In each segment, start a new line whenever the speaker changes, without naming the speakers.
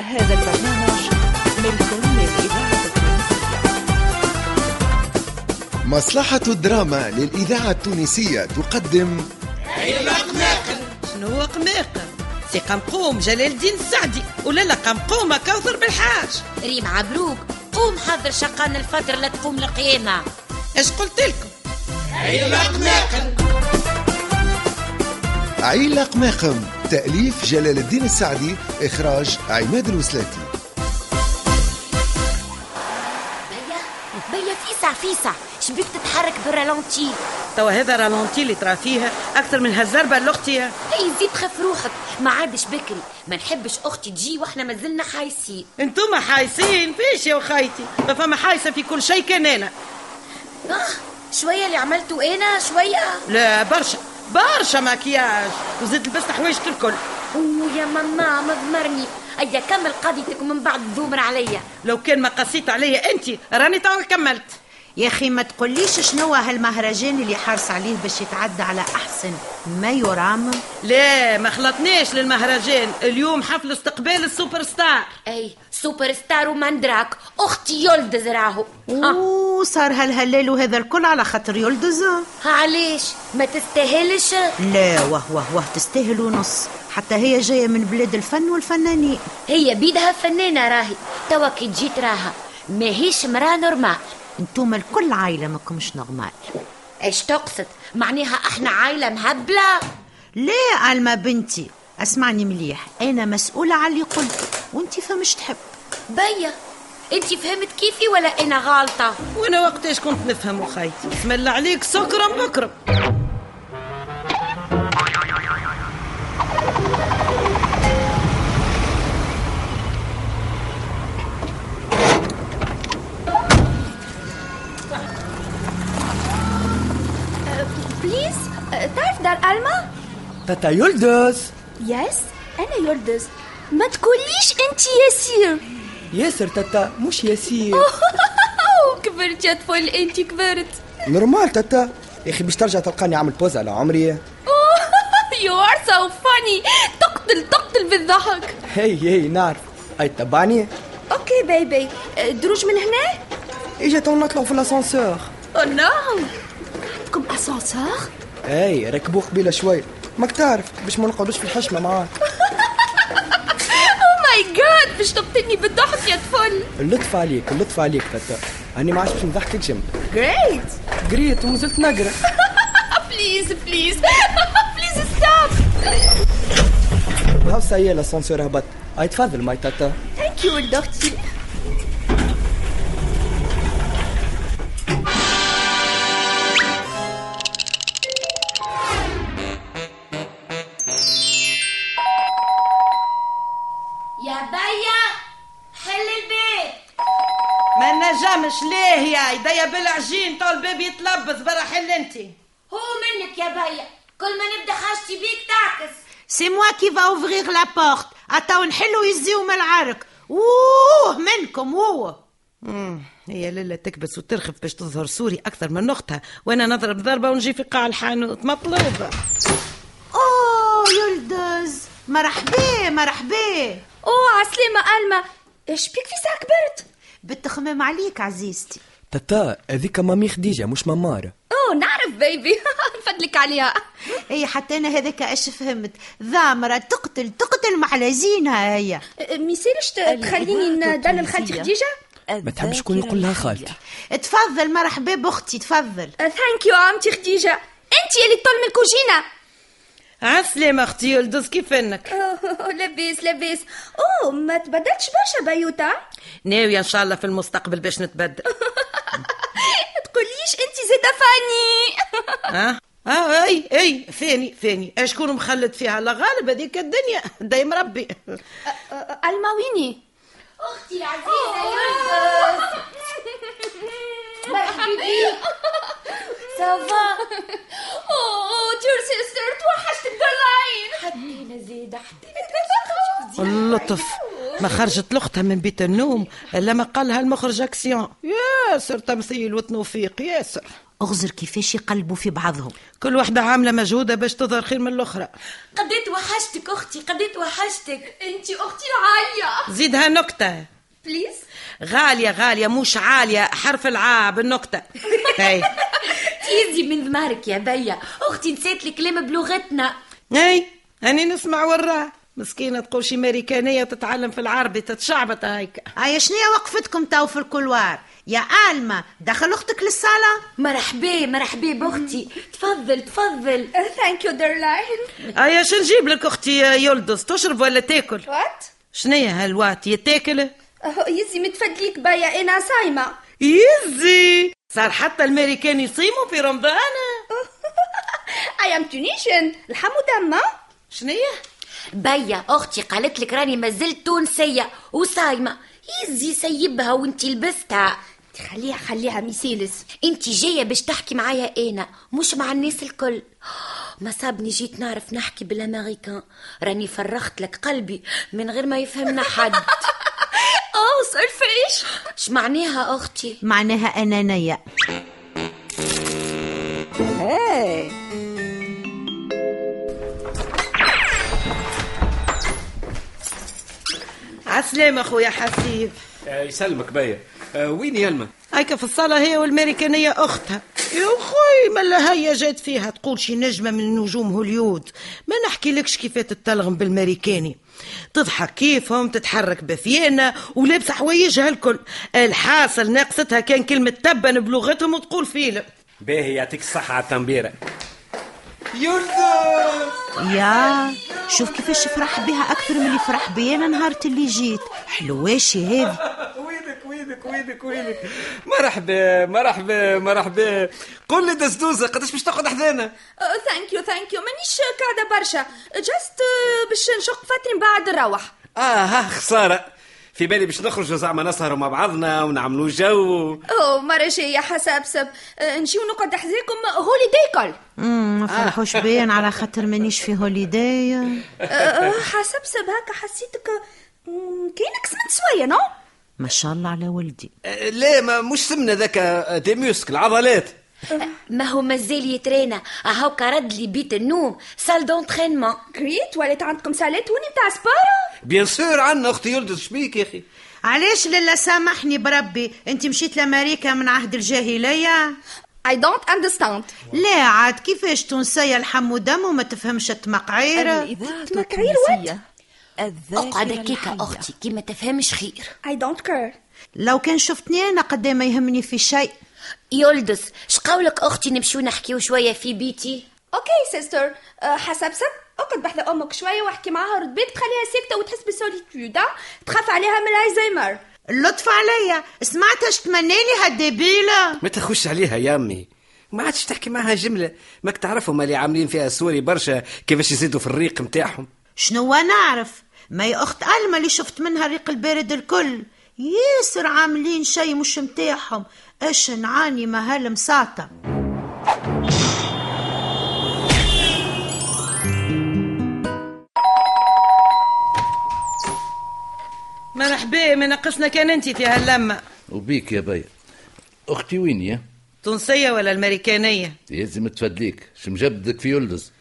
هذا البرنامج ملك من إذاعة تونس
مصلحة الدراما للإذاعة التونسية تقدم
شنو هو قماقم سي قمقوم جلال الدين السعدي ولا لا قمقومة كوثر بالحاج
ريم عبروك قوم حضر شقان الفطر لا تقوم القيامة
اش قلت لكم
عيلة قماقم تأليف جلال الدين السعدي إخراج عماد الوسلاتي
بيا بيا فيسع فيسع شبيك تتحرك بالرالونتي
توا هذا رالونتي اللي ترى فيها أكثر من هالزربة لأختي
اي زيد خف روحك ما عادش بكري ما نحبش اختي تجي واحنا مازلنا حايسين
انتم حايسين فيش يا وخايتي ما فما حايسة في كل شيء كان أنا
اه شوية اللي عملته انا شوية
لا برشا برشا مكياج وزدت لبست حوايجك الكل
اوه يا ماما مضمرني ايا كمل قضيتك ومن بعد تذومر عليا
لو كان ما قصيت عليا أنت راني توا كملت
يا اخي ما تقوليش شنو هالمهرجان اللي حارس عليه باش يتعدى على احسن ما يرام
لا ما خلطناش للمهرجان اليوم حفل استقبال السوبر ستار
اي سوبر ستار ومندراك اختي يلدز راهو آه.
وصار هالهلال وهذا الكل على خاطر يلدز
آه، علاش ما تستاهلش
لا واه واه واه تستاهل ونص حتى هي جايه من بلاد الفن والفنانين
هي بيدها فنانة راهي توا كي تجي تراها ماهيش مرا نورمال
انتم الكل عائله ماكمش نغمال
ايش تقصد معناها احنا عائلة مهبلة
لا علما بنتي اسمعني مليح انا مسؤوله على اللي قلت وانت فمش تحب
بيا انت فهمت كيفي ولا انا غالطة
وانا وقتاش كنت نفهم وخيتي بسم الله عليك سكرم بكرم
بليز أه، تعرف دار ألما؟
تاتا يلدز
يس أنا يلدز ما تقوليش أنت ياسير
ياسر تاتا مش ياسير
كبرت يا طفل أنت كبرت
نورمال تاتا يا اخي باش ترجع تلقاني عامل بوز على عمري
يو ار سو فاني تقتل تقتل بالضحك
هي هي نعرف اي تبعني
اوكي بيبي
أه،
دروج من هنا؟
اجا تو نطلعوا في الاسانسور
او نو عندكم اسانسور؟
اي ركبوه قبيله شوي ماك تعرف باش ما نقعدوش في الحشمه معاك
او ماي جاد باش تقتلني بالضحك يا طفل
اللطف عليك اللطف عليك تاتا هاني ما عادش باش نضحكك جنب
جريت
قريت ومازلت نقرا
بليز بليز بليز ستوب
هاو سايي الاسانسور هبط اي تفضل ماي تاتا
ثانك يو ولد اختي
يا بيا حل البيت
ما نجمش ليه يا يديا بالعجين تو الباب يتلبس برا حل انت
هو منك يا بيا كل ما نبدا حاجتي بيك تعكس
سي موا كي فا اوفغيغ لا بورت اتاو نحلوا يزيو من العرق اوه منكم اوه
Hmm. هي للا تكبس وترخف باش تظهر سوري اكثر من اختها وانا نضرب ضربه ونجي في قاع الحانوت مطلوبه
اوه يلدز مرحبا مرحبا
اوه عسلامة ألما ايش بيك في ساعة كبرت؟
بالتخمام عليك عزيزتي
تاتا هذيك مامي خديجه مش مماره
اوه نعرف بيبي نفدلك عليها
اي إيه، حتى انا هذاك اش فهمت ذامره تقتل تقتل مع لزينها هي
ما يصيرش تخليني ندلل خالتي خديجه
ما تحبش شكون يقول لها خالتي
تفضل مرحبا باختي تفضل
ثانك يو عمتي خديجه انت اللي تطل من الكوجينه
عسلامة اختي يلدز كيف انك
Oh, لاباس لاباس اوه ما تبدلتش برشا بيوتا
ناوية ان شاء الله في المستقبل باش نتبدل
ما تقوليش انت زيدا فاني
ها اه اي اي فاني فاني اشكون مخلد فيها لا غالب هذيك الدنيا دايم ربي
الما ويني
اختي العزيزه
Oh.
يلدز مرحبا بيك سافا
اوه دير سيستر توحشتك دارلاين
انا زيد
اللطف ما خرجت لختها من بيت النوم الا ما قالها المخرج اكسيون ياسر تمثيل وتنوفيق ياسر
اغزر كيفاش يقلبوا في بعضهم
كل واحدة عاملة مجهودة باش تظهر خير من الأخرى
قديت وحشتك اختي قديت وحشتك
انتي اختي العالية
زيدها نكتة
بليز
غالية غالية مش عالية حرف العا بالنكتة هاي
تيزي من دماغك يا بيا اختي نسيت الكلام بلغتنا
هاي أني نسمع وراه مسكينة تقول شي أمريكانية تتعلم في العربي تتشعبط هيك
هيا شنيا وقفتكم تو في الكلوار يا ألما دخل أختك للصالة
مرحبا مرحبا باختي تفضل تفضل
ثانك يو دارلاين
أيا شو نجيب لك أختي يا يلدز تشرب ولا تاكل
وات
شنية هالوات يتاكل
يزي متفدليك بيا انا صايمة
يزي صار حتى الامريكان يصيموا في رمضان
I am Tunisian الحمو دمه
شنية
بيا اختي قالت لك راني مازلت تونسيه وصايمه يزي سيبها وانت لبستها
خليها خليها ميسيلس
انت جايه باش تحكي معايا انا مش مع الناس الكل ما صابني جيت نعرف نحكي بالامريكان راني فرغت لك قلبي من غير ما يفهمنا حد
اوه صار فيش
اش معناها اختي
معناها أنانية
عسلامة أخويا حسيب
آه، يسلمك بيا آه، وين يلمى
هيك في الصالة هي والميريكانية أختها يا أخوي ملا هي جات فيها تقول شي نجمة من نجوم هوليود ما نحكي لكش كيف تتلغم بالميريكاني تضحك كيفهم تتحرك بثيانة ولابسة حوايجها الكل الحاصل ناقصتها كان كلمة تبن بلغتهم وتقول فيلم
باهي يعطيك الصحة على التنبيرة
يا شوف كيفاش فرح بها أكثر من اللي فرح بي أنا نهار اللي جيت حلواشي هذه
وينك وينك وينك وينك مرحبا مرحبا مرحبا قول لي دسدوسة قداش باش تقعد حذانا
ثانك يو ثانك يو مانيش قاعدة برشا جاست باش نشق فترة من بعد نروح
اه ها خسارة في بالي باش نخرجوا زعما نسهروا مع بعضنا ونعملوا جو
اوه مرة جاية حسب سب آه، نمشيو نقعد حذاكم هولي داي
أمم، ما فرحوش بيا أنا على خاطر مانيش في هوليداي
كل حسب سب هكا حسيتك مم، كانك سمنت شوية نو
ما شاء الله على ولدي
آه، لا ما مش سمنة ذاك آه، دي ميوسك العضلات
ما هو مازال يترينا اهو كرد لي بيت النوم سال دونترينمون
جريت ولات عندكم سالات هوني متاع سبارة
بيان سور عندنا اختي يلدز شبيك يا اخي
علاش للا سامحني بربي انت مشيت لامريكا من عهد الجاهليه
I don't understand
لا عاد كيفاش تونسيه الحم ودم وما تفهمش التمقعيره
تمكعير وات
اقعد هكاكا اختي كي ما تفهمش خير
I don't care
لو كان شفتني انا قد ما يهمني في شيء
يلدس شقولك اختي نمشيو نحكيو شويه في بيتي
اوكي سيستر آه، حسب سب اقعد بحذا امك شويه واحكي معاها رد بالك تخليها ساكته وتحس بالسوليتيود آه؟ تخاف عليها من الزهايمر
اللطف عليا سمعتها تمنى لي هالدبيله
ما تخش عليها يا امي ما عادش تحكي معها جمله ماك تعرفهم اللي عاملين فيها السوري برشا كيفاش يزيدوا في الريق نتاعهم
شنو نعرف ما يا اخت الما اللي شفت منها الريق البارد الكل ياسر عاملين شي مش متاعهم اش نعاني ما هالمساطه
مرحبا ما نقصنا كان انت في هاللمة
وبيك يا بيا اختي وين يا
تونسية ولا الميريكانية
لازم تفدليك شو مجبدك في يلدز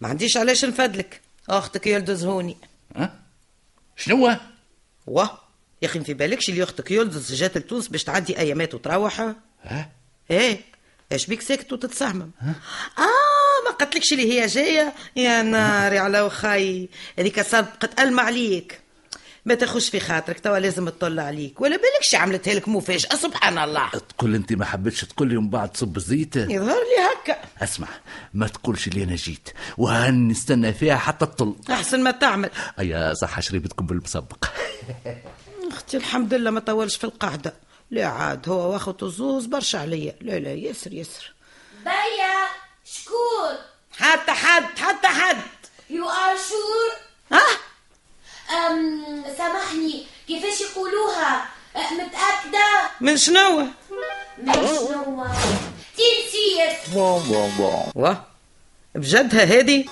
ما عنديش علاش نفدلك أختك يلدز هوني
ها شنو
واه يا اخي ما في بالكش اللي اختك يلدز جات لتونس باش تعدي ايامات وتروح
ها
ايه اش بيك ساكت وتتصهمم اه ما قلتلكش اللي هي جايه يا ناري على وخي هذيك سبقت المع عليك ما تاخش في خاطرك توا لازم تطل عليك ولا بالكش عملتها لك مفاجاه سبحان الله
تقول انت ما حبيتش تقول لي ومن بعد تصب الزيت
يظهر لي هكا
اسمع ما تقولش اللي انا جيت وهن نستنى فيها حتى تطل
احسن ما تعمل
ايا صح شريبتكم بالمسبق
اختي الحمد لله ما طولش في القعده لا عاد هو واخوته الزوز برشا عليا لا لا ياسر ياسر
بيا شكون
حتى حد حتى حد
يو ار شور
ها
أم سامحني كيفاش يقولوها أه، متأكدة
من شنو
من شنو تي نسيت
واه بجدها هادي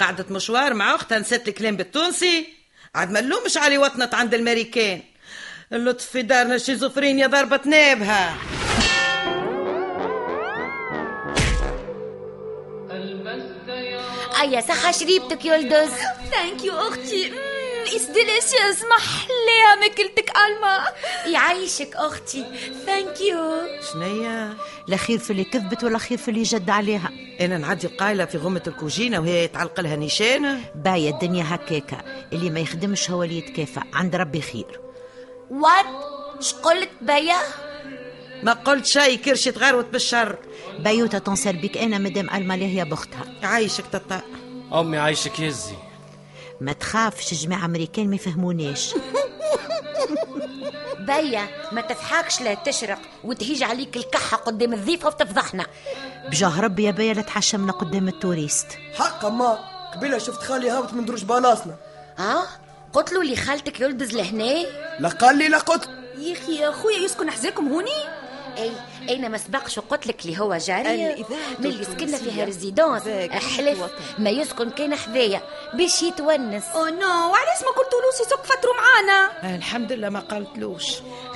قعدت مشوار مع اختها نسيت الكلام بالتونسي عاد ما نلومش علي وطنت عند الماريكان اللطف في دارنا الشيزوفرينيا ضربت نابها
ايا صحة شريبتك يلدز
ثانك يو اختي مم، أمم، It's delicious ما حلاها ماكلتك الما
يعيشك اختي ثانك يو
شنيا
لا خير في اللي كذبت ولا خير في اللي جد عليها
انا نعدي قايله في غمه الكوجينه وهي يتعلق لها نيشانه
باية الدنيا هكاكا اللي ما يخدمش هو اللي يتكافى عند ربي خير
وات شقلت بيا
ما قلت شي كرشي تغيرت بالشر
بيوتا تنصر بك انا مدام الماليه هي بختها
عايشك تطا
امي عايشك يزي
ما تخافش جماعه امريكان ما يفهموناش
بيا ما تضحكش لا تشرق وتهيج عليك الكحة قدام الضيفة وتفضحنا
بجاه ربي يا باية لا تحشمنا قدام التوريست
حقا ما قبيله شفت خالي هابط من دروج بلاصنا
اه قلتلو لي خالتك يلدز لهنا
لا قال لي لا قلت
يا اخي يا خويا يسكن حذاكم هوني
اي انا ما سبقش وقلت لك اللي هو جاري
الإذاعة
ملي سكننا فيها
التونسية
ريزيدونس
ذاكرة
حلف
الوطن.
ما يسكن كان حذايا باش يتونس
او نو وعلاش ما قلتولوش يسوق فتروا معانا
الحمد لله ما قالتلوش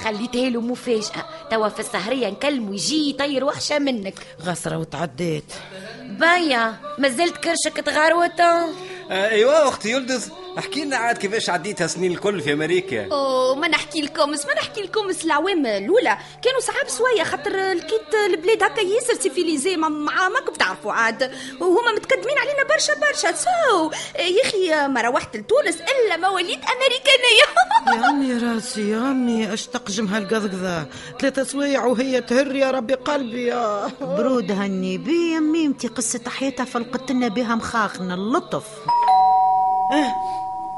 خليتها له مفاجأة توا في السهرية نكلمه يجي يطير وحشة منك
غصره وتعديت
بايا مازلت كرشك تغروت
آه ايوه اختي يلدز احكي لنا عاد كيفاش عديتها سنين الكل في امريكا
او ما نحكي لكمش ما نحكي لكمش العوام الاولى كانوا صعاب شويه خاطر لقيت البلاد هكا ياسر سيفيليزي ما مع ماكم تعرفوا عاد وهما متقدمين علينا برشا برشا سو يا اخي ما روحت لتونس الا ما وليت امريكانيه
يا امي راسي يا امي اش تقجم هالقذقذه ثلاثة سوايع وهي تهر يا ربي قلبي يا
برود هني بي ميمتي قصة حياتها فلقتنا بها مخاخنا اللطف
أه،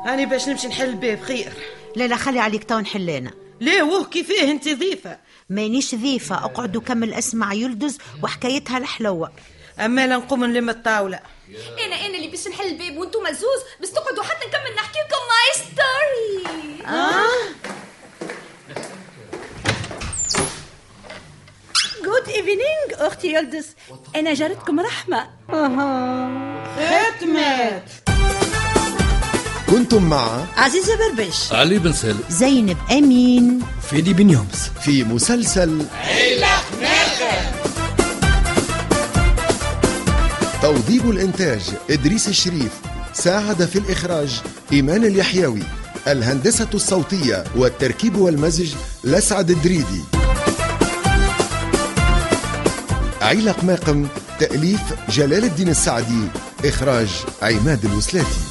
هاني باش نمشي نحل الباب خير
لا لا خلي عليك تو نحلانا
ليه وه كيفاه انت ضيفه
مانيش ذيفة اقعد وكمل اسمع يلدز وحكايتها الحلوة
اما لا نقوم نلم الطاوله
انا انا اللي باش نحل الباب وانتم زوز بس تقعدوا حتى نكمل نحكي لكم ماي ستوري جود ايفنينغ اختي يلدس انا جارتكم رحمه
ختمت
كنتم مع
عزيزة بربش
علي بن سالم
زينب امين
فيدي بن يومس
في مسلسل توظيف الإنتاج إدريس الشريف ساعد في الإخراج إيمان اليحيوي الهندسة الصوتية والتركيب والمزج لسعد الدريدي عيلق ماقم تأليف جلال الدين السعدي إخراج عماد الوسلاتي